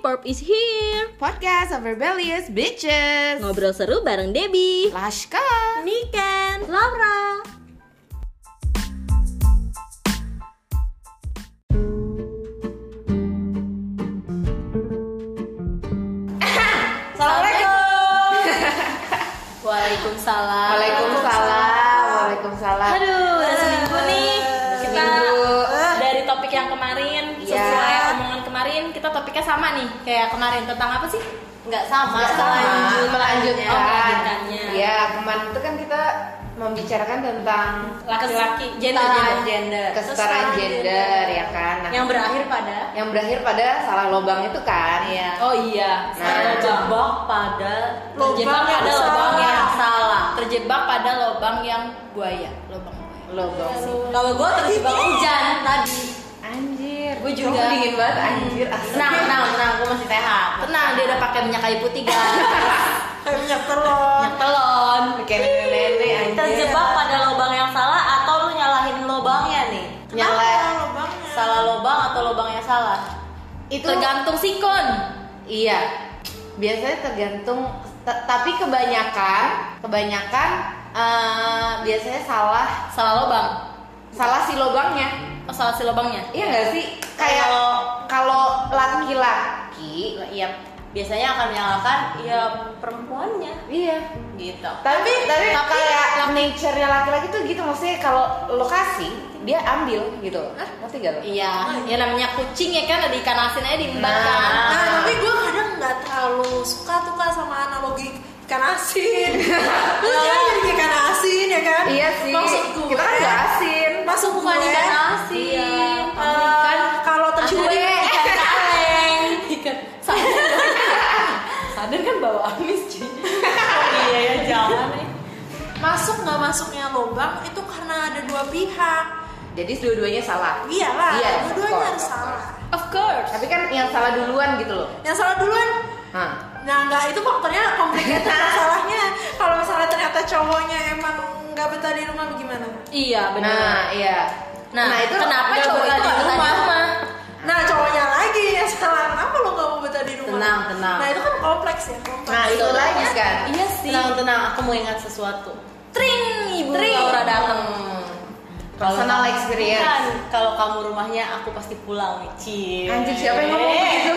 Pop is here Podcast of Rebellious Bitches Ngobrol seru bareng Debbie Lashka Niken Laura Waalaikumsalam Waalaikumsalam Waalaikumsalam Aduh udah seminggu nih Kita Seminggu. Eh. dari topik yang kemarin Iya. Sesuai omongan kemarin kita topiknya sama nih Kayak kemarin tentang apa sih? Nggak sama Sama, Melanjut- melanjutkan Oh melanjutkannya Iya kemarin itu kan kita membicarakan tentang Laki-laki Gender kesetaraan gender. gender kesetaraan Kesetaraan gender gender. ya kan Nah, Yang berakhir pada yang berakhir pada salah lobang itu kan Iya. Oh iya, Nah. terjebak pada Lubang terjebak yang pada lubang salah. yang salah, terjebak pada lubang yang buaya, lubang buaya. lobang Kalau gue terjebak Hujan tadi. anjir Gue juga. Kamu dingin banget anjir asli Tenang, tenang, tenang, gue masih sehat. Tenang, dia udah pakai minyak kayu putih guys, kayak Eh, minyak telon. minyak telon. Kayak nenek-nenek anjir Terjebak pada lubang yang salah atau lu nyalahin lubangnya nih? nyala Salah lubang atau lubang yang salah? itu Tergantung sikon. Iya, biasanya tergantung. t- Tapi kebanyakan, kebanyakan eh, biasanya salah, Salah lubang. salah si lobangnya. Oh, salah si lubangnya. Iya nggak sih? Kayak kalau laki-laki, Iya, biasanya akan menyalahkan ya perempuannya iya. gitu. Tapi tapi, Tapi- kayak nature-nya laki-laki tuh gitu maksudnya kalau lokasi dia ambil gitu. Ngerti gak lo? Iya, ya namanya kucing ya kan ada ikan asin aja diimbar kan. Nah. Nah, tapi gue kadang nggak terlalu suka tuh kan sama analogi ikan asin. Lu jangan jadi ikan asin ya kan? Iya sih. Maksud gue. Kita kan nggak asin. Masuk Bukan gue. ikan asin. Iya. Kamu eh, ikan kalau eh. terculik Asin, ikan kaleng. Ikan sadar. sadar kan bawa amis cuy. Oh, iya ya jangan nih. masuk nggak masuknya lubang itu karena ada dua pihak. Jadi dua-duanya salah. Iyalah, Iya, of course, dua-duanya harus of course. salah. Of course. Tapi kan yang salah duluan gitu loh. Yang salah duluan Hah. Nah nggak itu faktornya komplikated masalahnya. Kalau misalnya ternyata cowoknya emang nggak betah di rumah gimana? Iya benar. Nah, iya. Nah, kenapa nggak cowok boleh itu di nggak rumah? rumah? Nah cowoknya lagi yang salah. Kenapa lo nggak mau betah di rumah? Tenang, tenang. Nah itu kan kompleks ya. Kompleks. Nah, itu lagi kan. Iya sih. Tenang-tenang, aku mau ingat sesuatu. Tring ibu Tring. Laura datang. Personal experience. kalau kamu rumahnya aku pasti pulang Ci. Anjir, siapa yang ngomong begitu?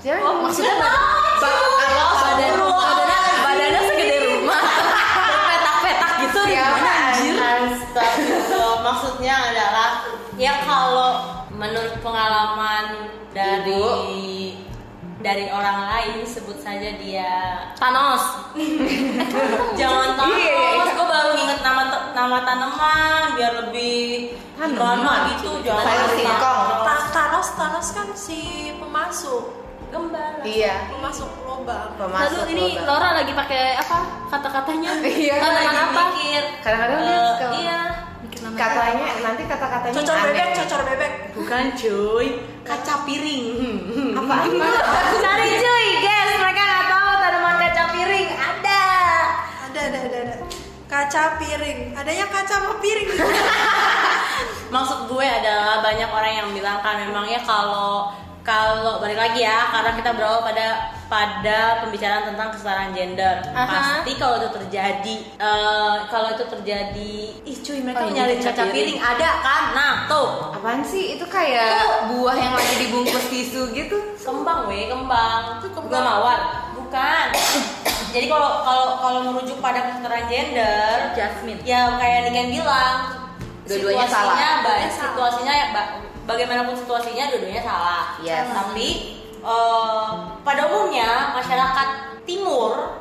Siapa yang Eh. Oh, ngomong? maksudnya ba- ba- Allah, badan Allah. badannya badannya segede rumah. Petak-petak gitu Siapa gimana anjir? anjir? Astagfirullah, maksudnya adalah ya kalau menurut pengalaman dari dari orang lain sebut saja dia Thanos. jangan tahu Iya, iya, iya. mas gue baru inget nama te- nama tanaman biar lebih Tanaman? gimana gitu jangan Sayur tahu. singkong. Ta- Thanos, Thanos kan si pemasuk, gembala Iya. pemasuk lubang. Pemasuk Lalu ini lubang. Laura lagi pakai apa? Kata-katanya. Iya, Kan lagi dengan apa? mikir Kadang-kadang dia eh, suka- iya Bikin nama Katanya nanti kata-katanya Cocor aneh. bebek, cocor bebek. bukan cuy kaca piring Hmm. Apaan? Cari cuy, guys, mereka nggak tahu tanaman kaca piring ada. Ada, ada, ada, ada. Kaca piring. Adanya kaca sama piring. maksud gue adalah banyak orang yang bilang kan memangnya kalau kalau balik lagi ya karena kita berawal pada pada pembicaraan tentang kesetaraan gender Aha. pasti kalau itu terjadi eh, kalau itu terjadi ih cuy mereka Oh, nyalin iya, caca iya. piring ada kan nah tuh Apaan sih? Itu kayak buah yang lagi dibungkus tisu gitu. kembang we kembang bunga mawar bukan jadi kalau kalau kalau merujuk pada kesetaraan gender Jasmine. ya kayak Niken bilang Dua-duanya situasinya salah. baik situasinya ya ba- bagaimanapun situasinya dua-duanya salah Yes. tapi eh, pada umumnya masyarakat timur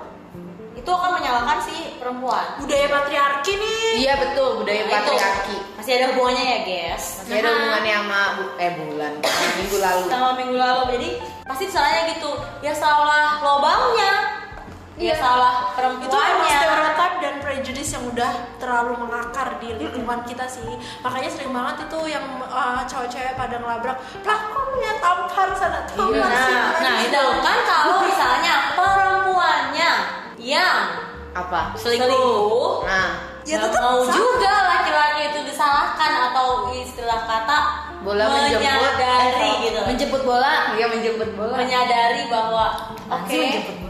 itu akan menyalahkan si perempuan Budaya patriarki nih. Iya betul, budaya Nah, itu patriarki. masih ada hubungannya ya guys Masih ada hubungannya sama bu- eh bulan minggu lalu. sama minggu lalu jadi pasti salahnya gitu ya salah lobangnya ya salah Iya. itu kan emang perempuannya stereotip dan prejudice yang udah terlalu mengakar di lingkungan kita sih makanya sering banget itu yang uh, cewek-cewek pada ngelabrak lah kok punya tampar sana tampar Iya. nah, sini, nah sini." itu kan kalau misalnya perempuannya yang Apa? selingkuh Nah, ya nggak tetap mau salah. juga laki-laki itu disalahkan atau istilah kata bola menjemput Menyadari eh, kalau- gitu. menjemput bola iya menjemput bola menyadari bahwa Apaan oke sih menjemput bola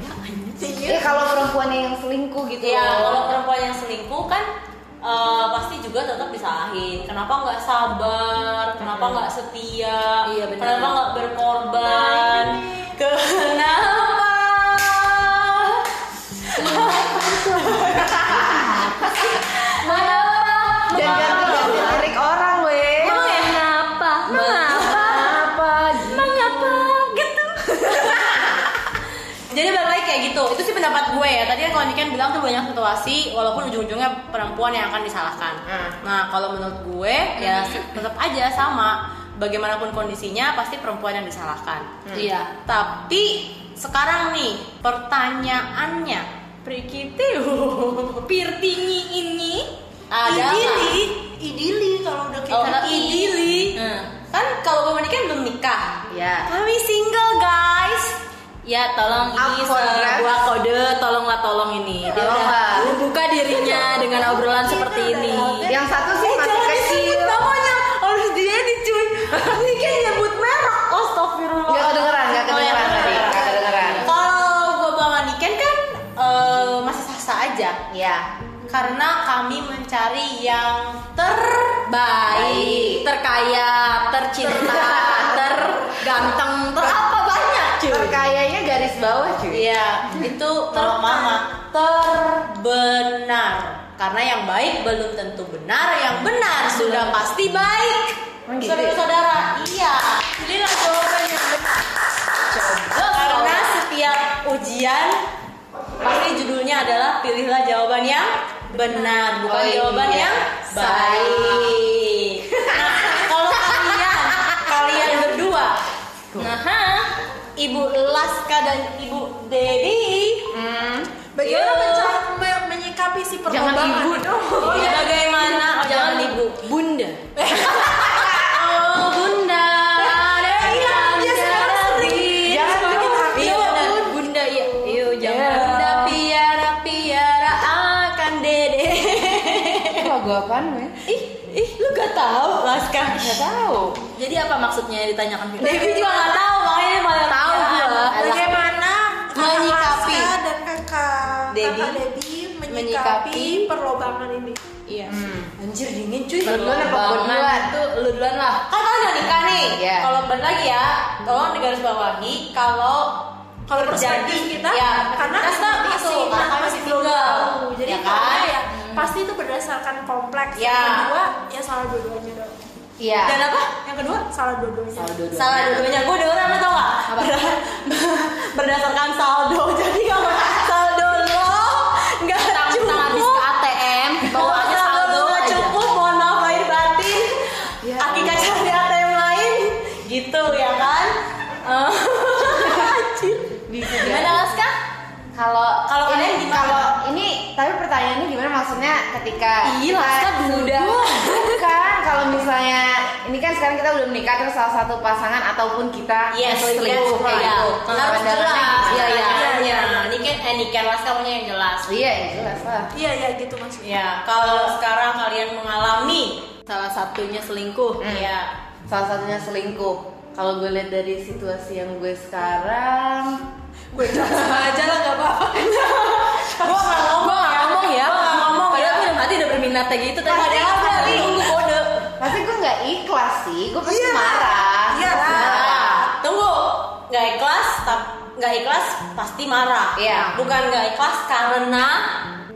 Iya kalau perempuan yang selingkuh gitu Oh. Iya, kalau perempuan yang selingkuh kan eh, pasti juga tetap disalahin. Kenapa nggak sabar? Kenapa nggak setia? Iya, benar. Kenapa nggak berkorban? Kenapa? Mana? dan ganti Iya. ganti lirik orang weh Kenapa? Mengapa? apa Mengapa? Gitu. Jadi balik lagi kayak gitu. Itu sih pendapat gue ya. Tadi kan kalau Niken bilang tuh banyak situasi, walaupun ujung-ujungnya perempuan yang akan disalahkan. Hmm. Nah, kalau menurut gue ya tetap aja sama. Bagaimanapun kondisinya, pasti perempuan yang disalahkan. Iya. Tapi sekarang nih pertanyaannya, Prikitiu, Pirtingi ini ada nggak? idili idili kalau udah kayak Oh, gitu. idili. Hmm. Kan kalau gue menikah belum nikah. ya Kami single guys. Ya tolong ini Up for grabs. sebuah kode tolonglah tolong ini. Dia Tolong, udah Mbak. membuka dirinya dengan Iya, obrolan seperti ini. yang satu sih Eh, masih kecil namanya harus dia dicuy. Ini kan nyebut merek. Astagfirullah. nggak kedengeran nggak Oh, ya, kedengeran tadi nggak kedengeran Kalau gue bawa Niken kan eh, masih sah-sah aja ya karena kami mencari yang terbaik, terkaya, tercinta, terganteng, terapa banyak cuy. terkayanya garis bawah cuy Iya, itu kalau mama terbenar. Karena yang baik belum tentu benar, yang benar sudah pasti baik. Emang gitu ya? Saudara-saudara, iya. Jadi lah jawaban yang benar. Karena setiap ujian pasti judulnya adalah pilihlah jawaban yang benar, bukan Oh, iya. jawaban yang baik. Nah, kalau kalian kalian berdua, nah ha, Ibu Laska dan Ibu Dedi hmm. Bagaimana Iya. menca- me- menyikapi si jangan perlombaan? Oh, iya. ibu dong bagaimana? Oh, iya. jangan Ibu. Bunda. Oh, Bunda. iya, dia sekarang Jangan bikin hati Iya, lo, benar. Bun. Bunda iya. Yuk, jangan. Iya. Bunda piara piara akan dede. Ini lagu apaan weh ih, ih, lu gak tahu, Laska. nggak tahu Jadi apa maksudnya ditanyakan Iya, Firda? Devi juga gak tahu, makanya dia malah Tahu gua. Bagaimana Menyikapi. kakak Laska dan kakak Debbie. kakak Debbie menyikapi, Menyikapi. perlombaan ini? Iya. hmm. Anjir dingin cuy. Lu duluan apa Banget. gua duluan? Tuh, lu duluan lah. Kan kalian udah nikah nih. Iya. Kalau balik lagi ya, tolong digarisbawahi kalau Kalau perspektif Jadi, kita, ya, karena kita kita seperti masih, itu, karena masih, masih belum single. tahu. Jadi Ya karena kan? ya pasti itu berdasarkan kompleks. Ya. Yang kedua, ya salah dua-duanya dong. iya dan apa? Yang kedua? Salah dua-duanya. Salah dua-duanya. Salah dua-duanya. Gue udah orang tau gak? Apa? Ber- berdasarkan saldo. Jadi kalau saldo lo nggak Utang utang habis cukup. ke ATM, bawa aja saldo Kalau nggak aja. cukup mohon maaf lahir batin Ya. Akikah cari ATM lain gitu ya kan Eh, Bisa gimana jadi. mas kak kalau Kalau ini, kalian gimana? kalau ini tapi pertanyaannya gimana maksudnya ketika Ih, kita Laska sudah bukan kalau misalnya ini kan sekarang kita belum nikah terus salah satu pasangan ataupun kita yes selingkuh kayak iya. gitu. harus Pandangannya jelas gimana? iya iya iya ini kan eh, ini kan mas kak punya yang jelas iya ya jelas lah Iya, ya gitu maksudnya. ya kalau sekarang kalian mengalami Salah satunya selingkuh. ya salah satunya selingkuh kalau gue lihat dari situasi yang gue sekarang Gue jelas aja lah gak apa-apa. gua nggak ngomong Gua nggak ngomong ya. Gua nggak ngomong Padahal ya. gue dalam hati udah berminat kayak gitu tadi. padahal Pasti- gua nunggu kode pasti gue nggak ikhlas sih gue pasti Iya. marah Iya Pasti lah. marah. Nah, tunggu nggak ikhlas tap- nggak ikhlas pasti marah Iya. bukan nggak ikhlas karena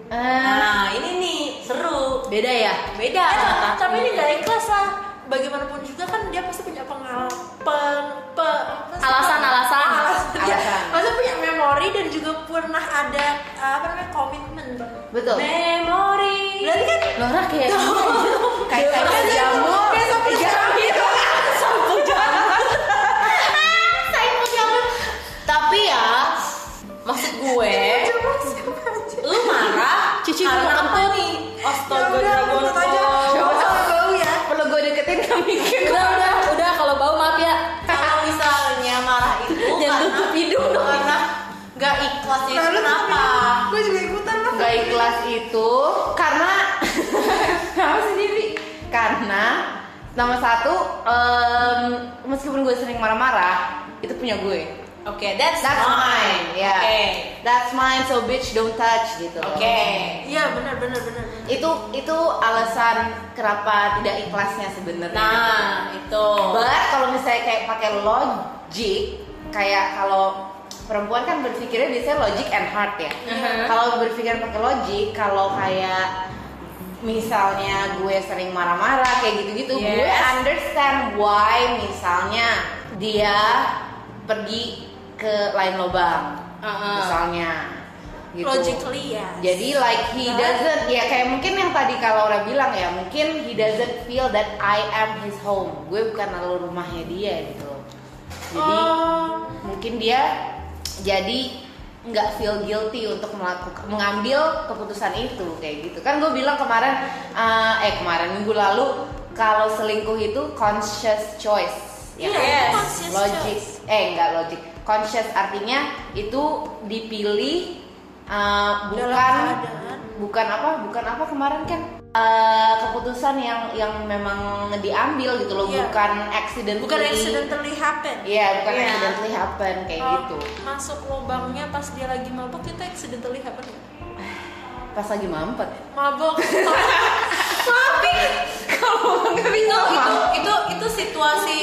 Eh, nah ini nih seru Beda ya? beda Eh, tapi ini gak ikhlas lah. Bagaimanapun juga kan dia pasti punya pengal pen, pe- apa sih? Alasan-alasan. Alasan. Dia Alasan. pasti punya memori dan juga pernah ada eh, apa namanya komitmen. Bang. betul Nah, memori Berarti kan Lora kayak kayak kayak jamur Kayak sapu jamu. tapi ya maksud gue Coba siapa aja. lu marah Cici, gua karena mau apa nih Ya astaga udah, dragon tutup aja. ball Coba. Sama bau ya. perlu gue deketin kami udah udah udah kalau bau maaf ya. kalau misalnya marah itu Jangan karena tutup hidung dong. karena nggak ikhlas itu Lalu kenapa Gue juga ikutan lah. nggak ikhlas itu karena apa sih Divi? Karena nomor satu em, meskipun gue sering marah-marah itu punya gue Oke, that's, that's mine. mine ya Oke. that's mine so bitch don't touch gitu Oke. Iya benar benar benar. itu itu alasan kenapa tidak ikhlasnya sebenarnya Nah, itu. But kalau misalnya kayak pakai logic, kayak kalau perempuan kan berpikirnya biasanya logic and heart ya. Mhm. Kalau berpikir pakai logic, kalau kayak misalnya gue sering marah-marah kayak gitu-gitu, gue Yes. understand why misalnya dia pergi ke lain lobang, Uh-uh. misalnya. Gitu. Logically ya. Iya. Jadi like he doesn't ya kayak mungkin yang tadi kalau orang bilang ya mungkin he doesn't feel that I am his home. Gue bukan lalu rumahnya dia gitu. Jadi Oh, mungkin dia jadi nggak feel guilty untuk melakukan mengambil keputusan itu kayak gitu kan gue bilang kemarin eh, eh kemarin minggu lalu kalau selingkuh itu conscious choice ya iya, kan? itu Yes. conscious logic choice. eh enggak logic conscious artinya itu dipilih eh, bukan Dalam keadaan. bukan apa bukan apa kemarin kan Eh, keputusan yang yang memang diambil gitu loh Iya. bukan accident Bukan accidentally happen. Iya, bukan Iya. accidentally happen kayak Kalau gitu. Masuk lubangnya pas dia lagi mabuk itu accidentally happen. Pas lagi mampet. Mabuk. Tapi kalau nggak bisa itu, itu itu situasi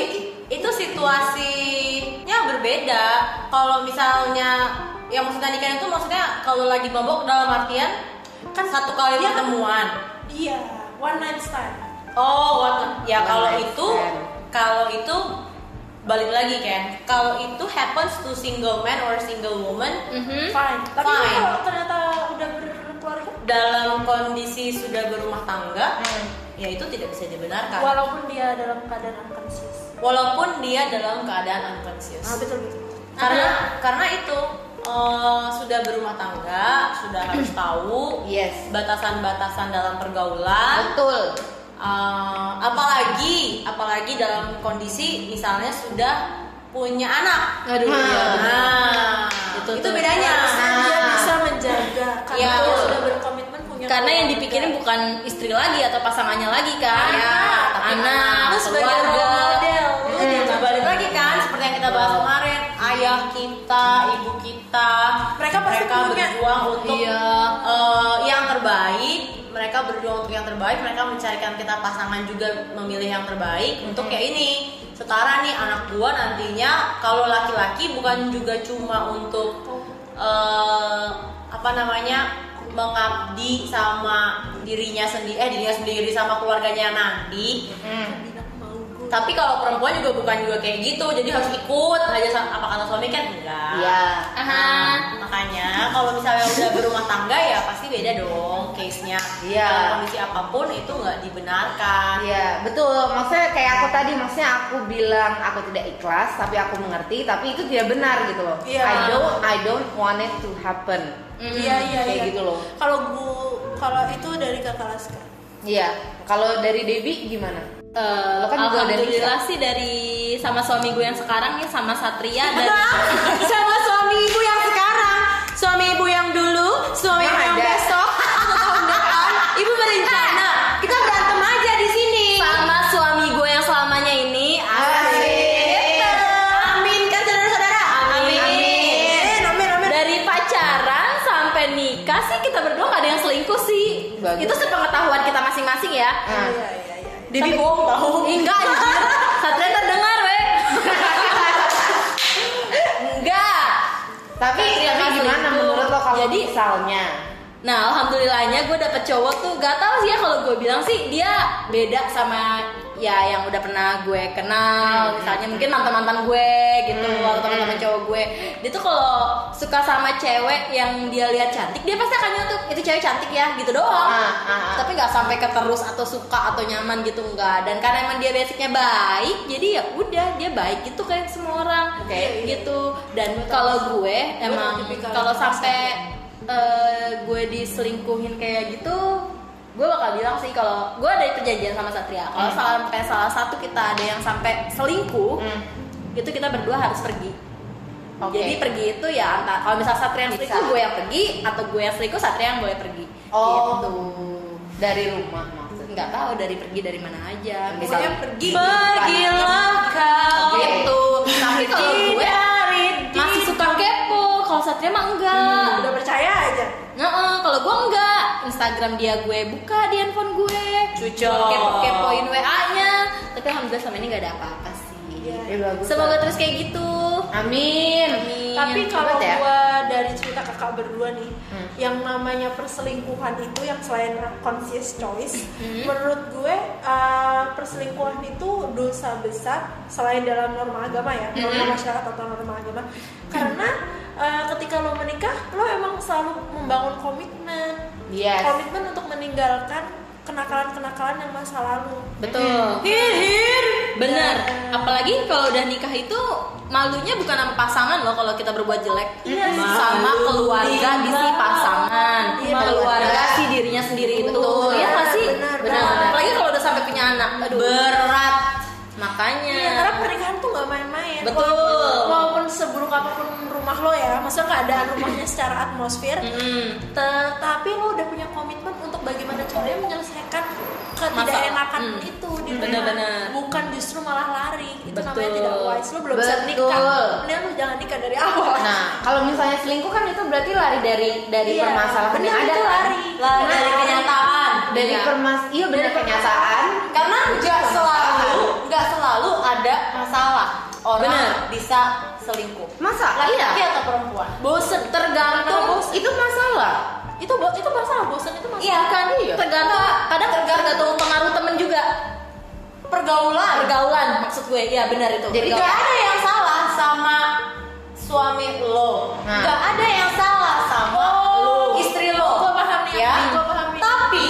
itu situasinya berbeda. Kalau misalnya yang maksudnya nikah itu maksudnya kalau lagi mabok dalam artian kan satu kali Iya. pertemuan. Iya, one night stand. Oh, what- ya One kalau night itu stand. kalau itu balik lagi kan. Kalau itu happens to single man or single woman Fine. Tapi Fine. kalau ternyata udah berkeluarga, dalam kondisi sudah berumah tangga, Mm-hmm. ya itu tidak bisa dibenarkan. walaupun dia dalam keadaan unconscious. walaupun dia dalam keadaan unconscious. Ah, betul betul. karena karena itu eh, sudah berumah tangga sudah harus tahu Yes. batasan-batasan dalam pergaulan Betul. Eh, apalagi apalagi dalam kondisi misalnya sudah punya anak nah, Aduh, iya, itu, Itu itu tuh. bedanya Harusnya dia Nah. bisa menjaga karena Iya. dia sudah berkomitmen punya Karena yang Iya. keluarga. dipikirin bukan istri lagi atau pasangannya lagi kan. Anak. tapi anak, Iya, Anak. Lu sebagai role keluarga. model, lu Itu jangan- balik lagi kan seperti yang kita bahas kemarin ayah kita ibu kita Mereka pasti mereka punya. berjuang untuk Iya. eh, yang terbaik mereka berjuang untuk yang terbaik mereka mencarikan kita pasangan juga memilih yang terbaik Hmm. untuk kayak ini setara nih anak gua nantinya kalau laki-laki bukan juga cuma untuk eh, apa namanya mengabdi sama dirinya sendiri eh dirinya sendiri sama keluarganya Mm-hmm. nanti bilang mau gue. tapi kalau perempuan juga bukan juga kayak gitu jadi harus ikut aja sa- apa kata suami kan enggak Nah, Iya. Aha. makanya kalau misalnya udah berumah tangga ya pasti beda dong case nya Iya. kondisi apapun itu nggak dibenarkan Iya, betul. Maksudnya kayak aku tadi, maksudnya aku bilang aku tidak ikhlas, tapi aku mengerti, tapi itu tidak benar gitu loh. Iya. I don't, I don't want it to happen. Iya iya kayak iya. gitu loh. Kalau bu kalau itu dari kakak Laska. Iya. Kalau dari Debbie gimana? Eh, Lo kan juga dari alhamdulillah sih dari sama suami gue yang sekarang nih sama Satria dan sama suami ibu yang sekarang suami ibu yang dulu suami Yang ibu yang ada. besok atau tahun depan ibu berencana kita berantem aja di sini sama suami gue yang selamanya ini Asik. amin kan saudara-saudara Amin. Eh, nomer nomer. dari pacaran sampai nikah sih kita berdua gak ada yang selingkuh sih Bagus. itu sepengetahuan kita masing-masing ya Ah. Iya iya iya. Debbie bohong tahu Ih, enggak anjir Satria terdengar weh enggak Tapi, Satria tapi nggak gimana selingkuh. menurut lo kalau Jadi- misalnya? Nah, alhamdulillahnya gue dapet cowok tuh gak tau sih ya kalau gue bilang sih dia beda sama ya yang udah pernah gue Hmm. kenal, misalnya mungkin mantan-mantan gue gitu atau teman-teman cowok gue. Dia tuh kalau suka sama cewek yang dia lihat cantik, dia pasti akan nyentuh itu cewek cantik ya gitu doang. Ah, ah, ah. Tapi nggak sampai ke terus atau suka atau nyaman gitu enggak. Dan karena emang dia basicnya baik, jadi ya udah dia baik gitu kayak semua orang. Oke. gitu. Dan kalau gue emang tipikal kalau yang sampai eh, gue diselingkuhin kayak gitu gue bakal bilang sih kalau gue ada perjanjian sama Satria kalau sampai salah satu kita ada yang sampai selingkuh Hmm. itu kita berdua harus pergi Oke. jadi pergi itu ya antara kalau misalnya Satria yang Bisa. selingkuh gue yang pergi atau gue yang selingkuh Satria yang boleh pergi Oh, Gitu. dari rumah maksudnya. nggak tahu dari pergi dari mana aja Misalnya pergi Pergilah kau Oke. tuh tapi kalau gue masih suka kepo kalau Satria mah enggak udah percaya aja Nah, eh, kalau gue enggak, Instagram dia gue buka di handphone gue. Cucok. Kepo kepoin WA-nya. Tapi alhamdulillah sama ini nggak ada apa-apa sih. Ya, bagus. Semoga terus kayak gitu. Amin. Amin. Tapi Iya, kalau banget ya. Hmm. gua dari cerita kakak berdua nih, yang namanya perselingkuhan itu yang selain conscious choice, Hmm. menurut gue uh, perselingkuhan itu dosa besar selain dalam norma agama ya, norma Hmm. masyarakat atau norma agama. Karena uh, ketika lo menikah, lo emang selalu membangun komitmen, Yes. komitmen untuk meninggalkan kenakalan-kenakalan yang masa lalu. Betul. Iya. Bener. Apalagi kalau udah nikah itu malunya bukan sama pasangan loh kalau kita berbuat jelek. Sama Malu keluarga di si dimana? pasangan. Iya, keluarga bener. si dirinya sendiri itu. Betul. Iya nggak sih? Benar, Nah, benar. Apalagi kalau udah sampai punya anak. Aduh. berat Makanya. Iya, karena pernikahan tuh gak main-main. Betul. Walaupun, walaupun seburuk apapun rumah lo ya, maksudnya keadaan rumahnya secara atmosfer, tetapi lo udah punya komitmen untuk bagaimana caranya menyelesaikan ketidakenakan Masalah. Hmm. itu di Hmm, rumah. benar-benar. Bukan justru malah lari. Itu namanya Betul. tidak wise. Lo belum bisa Betul. nikah. Mendingan lo jangan nikah dari awal. Nah, kalau misalnya selingkuh kan itu berarti lari dari dari Iya, permasalahan benar, yang ada itu kan? lari. Nah, Lari dari kenyataan. Dari Iya. permas iya benar kenyataan. karena nggak selalu permasalahan. nggak selalu ada masalah orang Bener. bisa selingkuh Masa? iya. laki-laki atau perempuan bosen tergantung Tergantung itu masalah. Itu bo- itu masalah bosan itu masalah. Iya kan, Iya. tergantung kadang tergantung pengaruh temen juga pergaulan pergaulan maksud gue, ya benar itu. Jadi nggak ada yang salah sama suami lo Iya, Nah. nggak ada yang salah sama lo istri lo Gua paham nih. ya Gua paham nih. tapi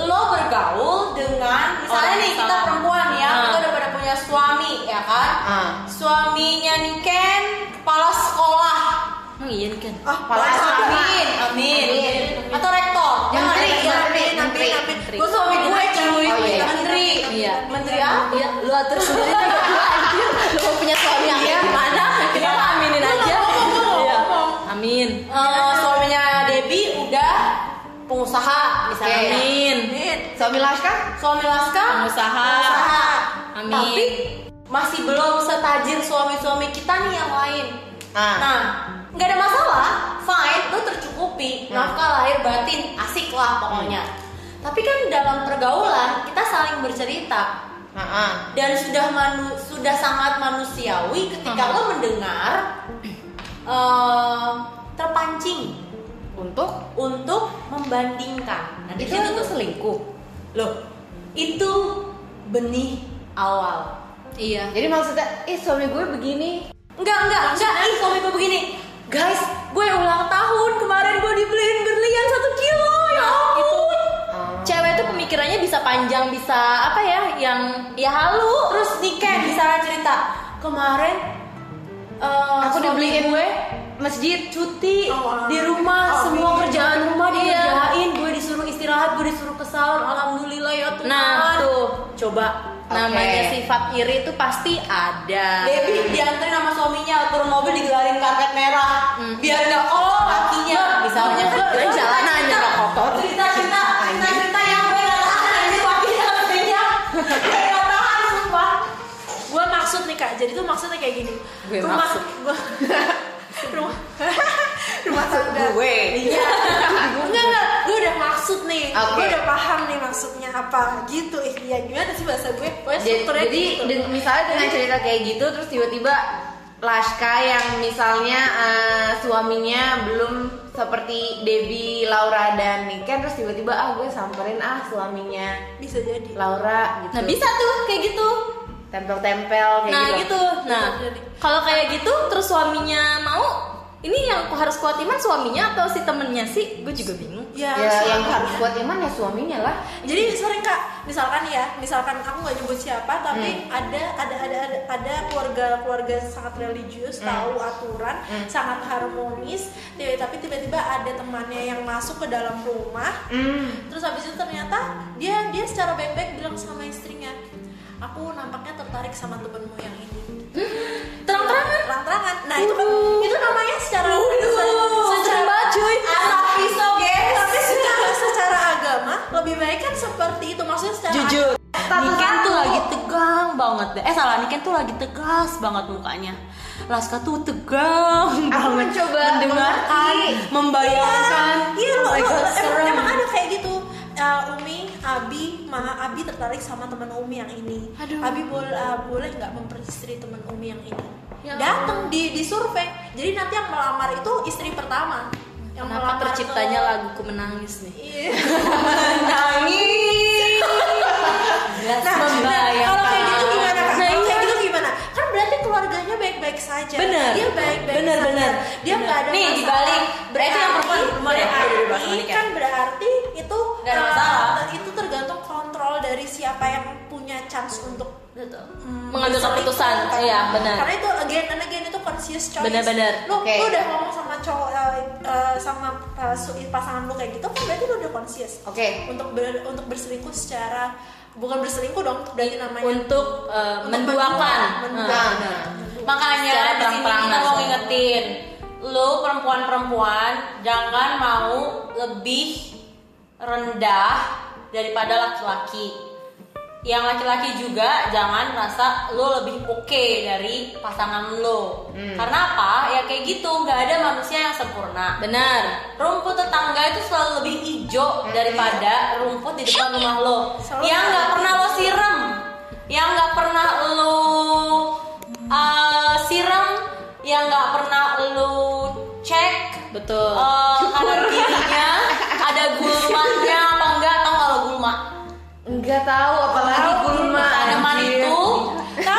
lo bergaul dengan misalnya Orang nih yang kita salah. perempuan ya Nah. kita udah pada punya suami ya kan Ah. suaminya nih Ken kepala sekolah Hmm, iya kan. Ah, Kepala bosan. sekolah. amin amin, Amin. atau rektor Menteri, ya menteri, amin amin menteri. amin gue suami gue cuy Oh, iya. menteri Iya. menteri apa Iya, lu atur sendiri deh. Lu anjir, lu mau punya suami yang Iya. kayak gimana? Kita mah aminin aja. Iya. Amin. Eh, suaminya Debbie udah pengusaha misalnya Oke. Amin. Amin. Suami Laska? suami Laska Pengusaha. pengusaha. Amin. tapi masih belum setajir suami-suami kita nih yang lain Ah. nah nggak ada masalah fine lo tercukupi Nah. nafkah lahir batin asik lah pokoknya tapi kan dalam pergaulan kita saling bercerita Heeh. dan sudah manu- sudah sangat manusiawi ketika lo mendengar eh, terpancing Untuk untuk membandingkan. Nah, di Itu situ itu tuh selingkuh. Loh, itu benih awal. Iya. jadi maksudnya, eh suami gue begini. Enggak, enggak, enggak. Ih, suami gue begini. Guys, gue ulang tahun kemarin gue dibeliin berlian satu kilo ya ampun. Oh. Cewek tuh pemikirannya bisa panjang, bisa apa ya, yang ya halu. Terus Niken misalnya cerita kemarin eh, Aku suami dibeliin gue masjid. cuti Oh, di rumah oh, semua iya. kerjaan rumah Iya. dikerjain gue disuruh istirahat gue disuruh ke sahur alhamdulillah ya Tuhan Nah, tuh. coba Oke. Namanya sifat iri itu pasti ada. Debbie dianterin sama suaminya turun mobil digelarin karpet merah Hmm. biar nggak oh kakinya misalnya kan Jalan jalanan aja nggak kotor. cerita cerita cerita cerita yang gue nggak tahan ini kakinya kakinya gue nggak tahan sumpah gue maksud nih kak jadi tuh maksudnya kayak gini Gue rumah maksud. gua- rumah rumah tangga Gue. iya enggak enggak gue udah maksud nih Oke. gue udah paham nih maksudnya apa gitu eh iya gimana sih bahasa gue pokoknya Jadi, strukturnya jadi gitu. deng- misalnya dengan cerita kayak gitu, terus tiba-tiba Laska yang misalnya eh, suaminya belum seperti Debbie, Laura dan Niken, terus tiba-tiba ah gue samperin ah suaminya bisa jadi Laura gitu. Nah, bisa tuh kayak gitu. Tempel-tempel kayak nah gitu. gitu nah kalau kayak gitu terus suaminya mau ini yang aku harus kuat iman suaminya atau si temennya sih gue juga bingung ya, Ya sih. yang harus kuat iman ya suaminya lah. jadi sering kak misalkan ya misalkan aku nggak nyebut siapa tapi ada ada ada ada ada keluarga keluarga sangat religius tahu aturan sangat harmonis tiba- tapi tiba-tiba ada temannya yang masuk ke dalam rumah terus habis itu ternyata dia dia secara baik-baik bilang sama istrinya aku nampaknya tertarik sama temenmu yang ini terang-terangan terang-terangan nah itu kan itu namanya secara Waduh, serem banget, cuy. asal pisau guys tapi secara secara agama mah lebih baik kan seperti itu maksudnya secara Jujur. Status Niken tuh aku. lagi tegang banget deh. Eh salah Niken tuh lagi tegas banget mukanya. Laska tuh tegang Aku banget. mencoba mendengarkan, mengerti. membayangkan. Iya Oh lo, my lo- God, emang- serem. emang, ada kayak gitu. Eh, Umi, Abi, Maha Abi tertarik sama teman Umi yang ini. Abi boleh boleh nggak memperistri teman Umi yang ini? Ya Datang di di survei. Jadi nanti yang melamar itu istri pertama. Yang Kenapa melamar terciptanya ke- laguku menangis nih? Iya. Nangis. Nah, nah, kalau kayak gitu gimana Nah, kak? Kalau iya. kayak gitu gimana? Kan berarti keluarganya baik-baik saja. Bener. Dia baik-baik Bener, saja. bener. Dia nggak ada Nih, masalah. dibalik. Berarti yang perempuan, berarti, yang perempuan dibahas sama Niken. kan berarti itu ya? Nggak ada eh, masalah. itu tergantung kontrol dari siapa yang punya chance untuk mm, Mengambil berselingkuh, keputusan. kan? Iya, bener. Karena itu again and again itu conscious choice. Bener-bener. Lu, Oke. lu udah ngomong sama cowok eh, eh, sama eh, su- pasangan lu kayak gitu kan berarti lu udah conscious Oke. untuk ber- untuk berselingkuh secara bukan berselingkuh dong berarti namanya Untuk eh, menduakan. Mendua- Nah, Hmm. nah. Secara Makanya di sini terang-terangan kita mau langsung. ngingetin, lu perempuan-perempuan jangan mau lebih rendah daripada laki-laki. Yang laki-laki juga jangan merasa lu lebih oke dari pasangan lu. Hmm. Karena apa? Ya kayak gitu, nggak ada manusia yang sempurna. Benar. Hmm. Rumput tetangga itu selalu lebih hijau daripada rumput di depan rumah lo. Selalu. Yang nggak pernah lo siram, yang nggak pernah lo uh, siram, yang nggak pernah lo cek Betul. uh, kanan kirinya ada gulmanya apa enggak atau kalau gulma Enggak tahu apalagi gulma. tanaman anjir. itu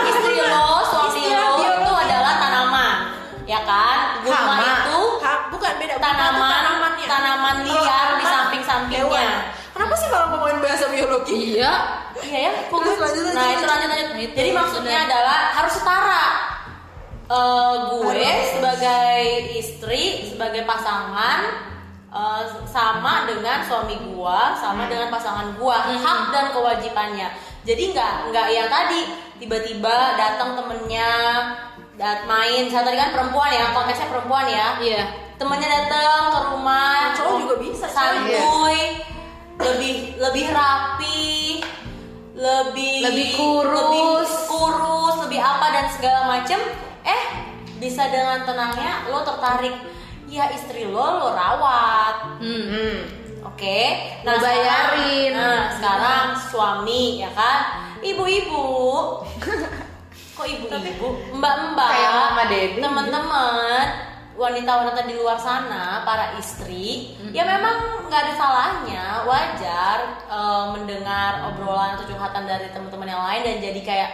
istri lo suami Istilah lo itu biologi. adalah tanaman ya kan gulma Hama. itu Ha, bukan beda bukan itu tanaman tanamannya tanaman liar Kalau di tanaman, samping-sampingnya hewan. kenapa sih kalau ngomongin bahasa biologi Iya. Iya ya, kok Terus gue- lanjut, lanjut, Nah itu lanjut. lanjut lanjut. Itu, Jadi maksudnya bener. adalah harus setara. Eh, gue Harus. sebagai istri, sebagai pasangan, eh, sama dengan suami gua, sama dengan pasangan gua, Hmm. hak dan kewajibannya. Jadi nggak nggak yang tadi tiba-tiba datang temennya dat main. Saya tadi kan perempuan ya, konteksnya perempuan ya Iya. temennya datang ke rumah Nah, Cowok juga bisa, Iya. santuy lebih lebih rapi lebih Lebih kurus. lebih kurus lebih apa dan segala macem eh bisa dengan tenangnya lo tertarik ya istri lo lo rawat Hmm. Hmm. oke Lo sekarang, bayarin. nah sekarang suami ya kan ibu-ibu kok ibu-ibu mbak-mbak Kayak Mama Dedi. teman-teman wanita-wanita di luar sana para istri ya memang nggak ada salahnya wajar eh, mendengar obrolan atau curhatan dari teman-teman yang lain dan jadi kayak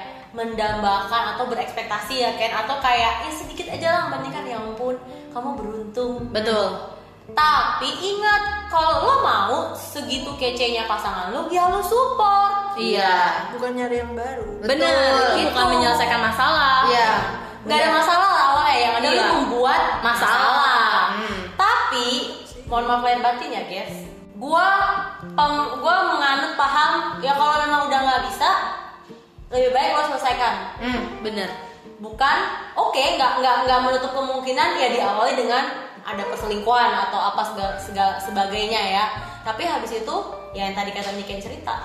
mendambakan atau berekspektasi ya Ken atau kayak ya sedikit aja lah membandingkan ya ampun kamu beruntung Betul. tapi ingat kalau lo mau segitu kecenya pasangan lo ya lo support Iya. bukan nyari yang baru Betul. Benar. Bukan menyelesaikan masalah. Iya. nggak ada masalah lah awalnya yang ada Iya. lu membuat Masalah. masalah, Hmm. tapi mohon maaf lahir batin ya guys gua peng- gua menganut paham ya kalau memang udah nggak bisa lebih baik lo selesaikan Hmm. Benar. bukan oke nggak nggak nggak menutup kemungkinan ya diawali dengan ada perselingkuhan atau apa segala, segala- sebagainya ya tapi habis itu ya yang tadi kata Niken cerita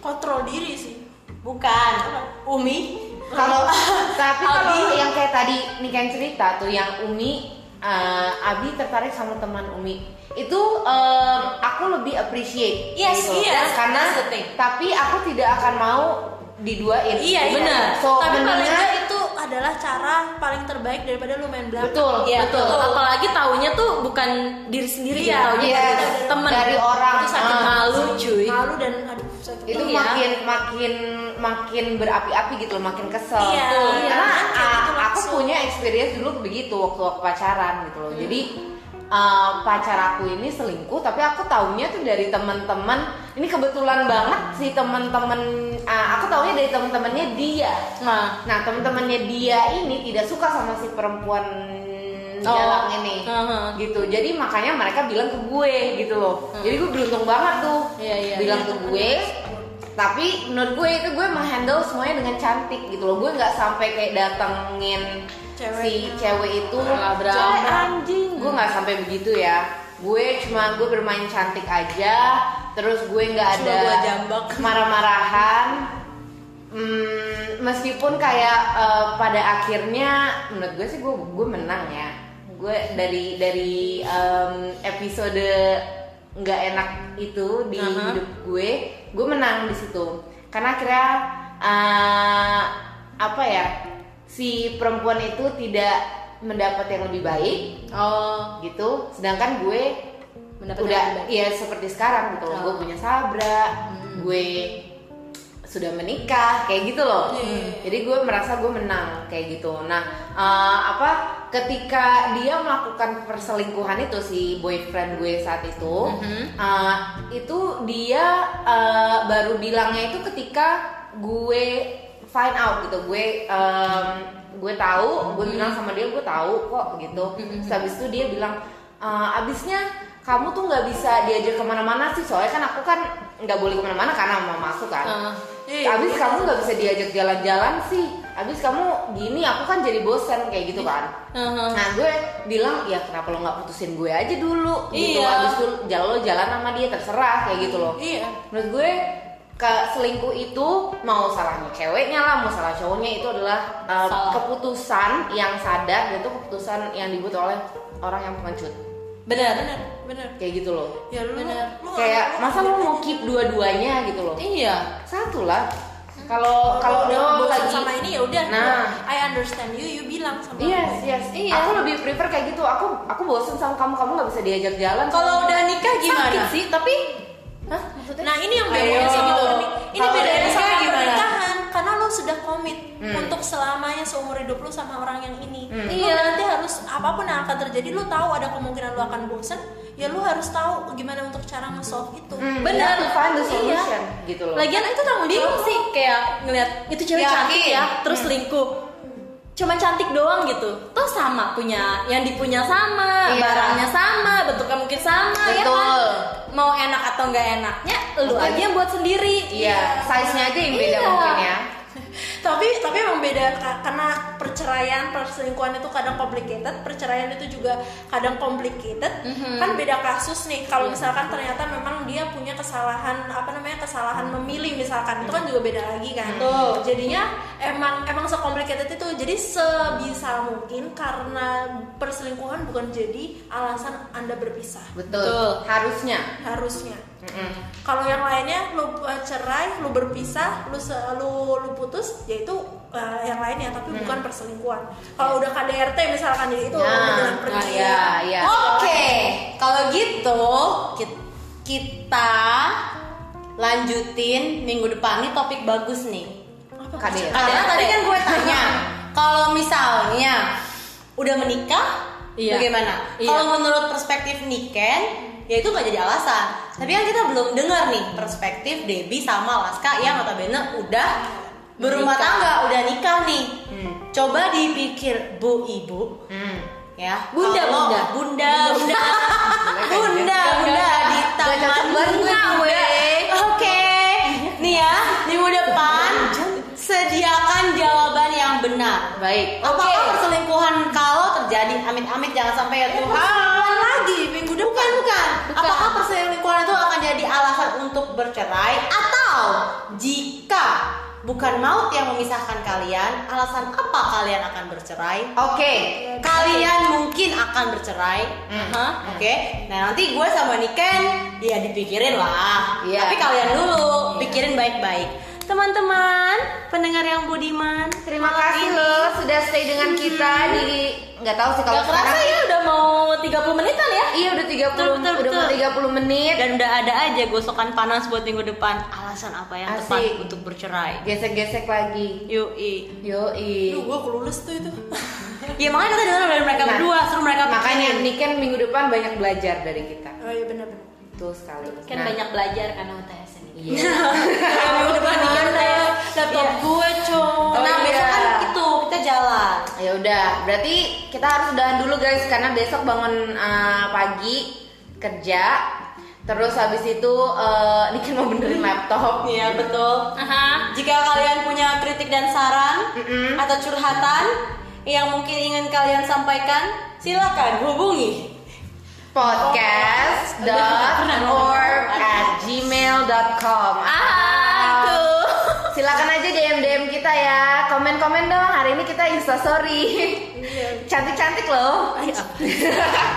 kontrol diri sih bukan Umi Kalau tapi kalau Abi. yang kayak tadi Niken cerita tuh yang Umi eh, Abi tertarik sama teman Umi itu eh, aku lebih appreciate Yes, gitu. yes, karena that's the thing. tapi aku tidak akan mau diduain Iya, iya. benar so tapi paling mendingan nggak itu adalah cara paling terbaik daripada lu main belakang betul Iya, Betul. betul. Apalagi taunya tuh bukan diri sendiri Iya, ya, taunya iya. dari temen. Dari orang. Itu sakit Ah. malu, cuy. malu dan aduh sakit itu Iya. makin makin makin berapi-api gitu loh, makin kesel. Iya, Betul. iya, Karena kan kayak ah, gitu aku langsung. Hmm. punya experience dulu begitu waktu aku pacaran gitu loh. Jadi ah, pacar aku ini selingkuh, tapi aku taunya tuh dari teman-teman. Ini kebetulan banget si teman-teman ah, aku taunya dari teman-temannya dia. Nah, Nah, teman-temannya dia ini tidak suka sama si perempuan Oh. jalan ini. Heeh. Gitu. Jadi makanya mereka bilang ke gue gitu loh. Jadi gue beruntung banget tuh. Hmm. Iya, iya. Bilang ke gue. Tapi menurut gue itu gue menghandle semuanya dengan cantik gitu loh. Gue nggak sampai kayak datengin si Ceweknya. cewek itu Labrak. cewek anjing. Gue nggak sampai begitu ya. Gue cuma gue bermain cantik aja. terus gue nggak Cuma ada gua jambak. marah-marahan Hmm, meskipun kayak eh, pada akhirnya menurut gue sih gue gue menang ya gue dari dari em, episode nggak enak itu di Aha. hidup gue gue menang di situ karena akhirnya eh, apa ya si perempuan itu tidak mendapat yang lebih baik Oh, gitu sedangkan gue mendapat udah yang lebih baik. iya seperti sekarang gitu loh Oh. Hmm. gue punya sabra gue sudah menikah kayak gitu loh jadi gue merasa gue menang kayak gitu nah eh, apa ketika dia melakukan perselingkuhan itu si boyfriend gue saat itu eh, itu dia eh, baru bilangnya itu ketika gue find out gitu gue em, gue tahu gue bilang sama dia gue tahu kok gitu Terus habis itu dia bilang "Eh, abisnya kamu tuh nggak bisa diajak kemana-mana sih soalnya kan aku kan nggak boleh kemana-mana karena sama mama aku kan Ah. Iya, iya. abis kamu nggak bisa diajak jalan-jalan sih abis kamu gini aku kan jadi bosan kayak gitu kan nah gue bilang ya kenapa lo nggak putusin gue aja dulu gitu Iya. abis itu jalan lo jalan sama dia terserah kayak gitu loh Iya. menurut gue ke selingkuh itu mau salahnya ceweknya lah mau salah cowoknya itu adalah uh, Salah. keputusan yang sadar dan itu keputusan yang dibuat oleh orang yang pengecut Benar. Bener, bener. kayak gitu loh Ya lu, Bener. lu kayak masa lo mau keep dua-duanya gitu loh Iya. satu lah kalau kalau udah lo bosan lagi sama ini ya udah. Nah. I understand you, you bilang sama Yes, aku. yes. Iya. Aku lebih prefer kayak gitu. Aku aku bosen sama kamu, kamu nggak bisa diajak jalan. Kalau udah nikah gimana? Sakit sih, tapi Hah? Maksudnya? Nah ini yang Ayo. bedanya sih gitu Ini- Ini Kalau bedanya nikah sama gimana? pernikahan Karena lo sudah komit Hmm. Untuk selamanya seumur hidup lo sama orang yang ini Hmm. Lo Iya. nanti harus apapun yang akan terjadi Lo tahu ada kemungkinan lo akan bosen Ya lo harus tahu gimana untuk cara nge-solve itu Hmm, you Benar. have to find the Iya. solution gitu loh. lagian itu tanggung bingung sih kayak ngeliat itu cewek Yakin. cantik ya, terus selingkuh. Cuman cantik doang gitu. Toh sama punya, yang dipunya sama, Iya. barangnya sama, bentuknya mungkin sama ya kan. Betul. Mau enak atau nggak enaknya lu Betul. aja yang buat sendiri. Iya, size-nya aja yang beda Iya. mungkin ya. tapi tapi emang beda Kak. karena perceraian perselingkuhan itu kadang complicated perceraian itu juga kadang complicated kan beda kasus nih kalau misalkan ternyata memang dia punya kesalahan apa namanya kesalahan memilih misalkan itu kan juga beda lagi kan jadinya emang emang complicated itu jadi sebisa mungkin karena perselingkuhan bukan jadi alasan anda berpisah Betul. Betul. Harusnya. harusnya Mm-mm. kalau yang lainnya lu uh, cerai, lu berpisah, lu se- lu, lu putus, ya itu uh, yang lainnya tapi bukan perselingkuhan. Kalau udah KDRT misalkan ya itu Hmm. Nah, dengan nah, pergi. iya, iya. Oke, kalau gitu ki- kita lanjutin minggu depan nih topik bagus nih. Apa? KDRT. Karena tadi kan gue tanya, kalau misalnya udah menikah, Iya. bagaimana? Iya. Kalau menurut perspektif Niken, ya itu nggak jadi alasan. Tapi kan kita belum dengar nih perspektif Debbie sama Laska yang notabene udah berumah tangga, udah nikah nih. Hmm. Coba dipikir bu ibu, Hmm. ya. Bunda, kalau- bunda. bunda, bunda, bunda, Gak, bunda gak, di gak taman cocok banget gue, bunga, bunda. weh. Oke, nih ya minggu depan sediakan jawaban yang benar. Baik. Apakah perselingkuhan kalau terjadi? Amit-amit jangan sampai ya Tuhan. Bukan lagi minggu depan. Bukan, bukan. Apakah perselingkuhan itu akan jadi alasan untuk bercerai atau jika bukan maut yang memisahkan kalian, alasan apa kalian akan bercerai? Oke. Kalian mungkin akan bercerai, Hmm. Aha, oke. Nah nanti gue sama Niken, ya dipikirin lah. Iya. Tapi kalian dulu pikirin baik-baik. Teman-teman, pendengar yang budiman, Terima kasih loh sudah stay dengan kita di nggak tahu sih kalau Gak kerasa sekarang- ya udah mau 30 menitan ya. Iya udah 30 Betul, betul, udah mau betul. 30 menit. Iya, dan udah ada aja gosokan panas buat minggu depan alasan apa yang Asik. tepat untuk bercerai Gesek-gesek lagi. yui Yoi. Duh, gua kelulus tuh itu. ya makanya kita dengar dari mereka Nah, berdua suruh mereka Makanya Niken minggu depan banyak belajar dari kita. Oh iya benar-benar. Betul sekali. Kan Nah, banyak belajar karena UTS ini. Iya. minggu depan Niken deh. Laptop gue cowok. nah iya. besok kan itu kita jalan Ya udah, berarti kita harus udahan dulu guys karena besok bangun eh, pagi kerja. Terus habis itu eh, Niken mau benerin laptop. iya betul Aha. jika kalian punya kritik dan saran Mm-mm. atau curhatan yang mungkin ingin kalian sampaikan silakan hubungi podcast dot org at gmail.com Ah, itu. silakan aja DM DM kita ya komen komen dong hari ini kita instastory Iya. cantik cantik loh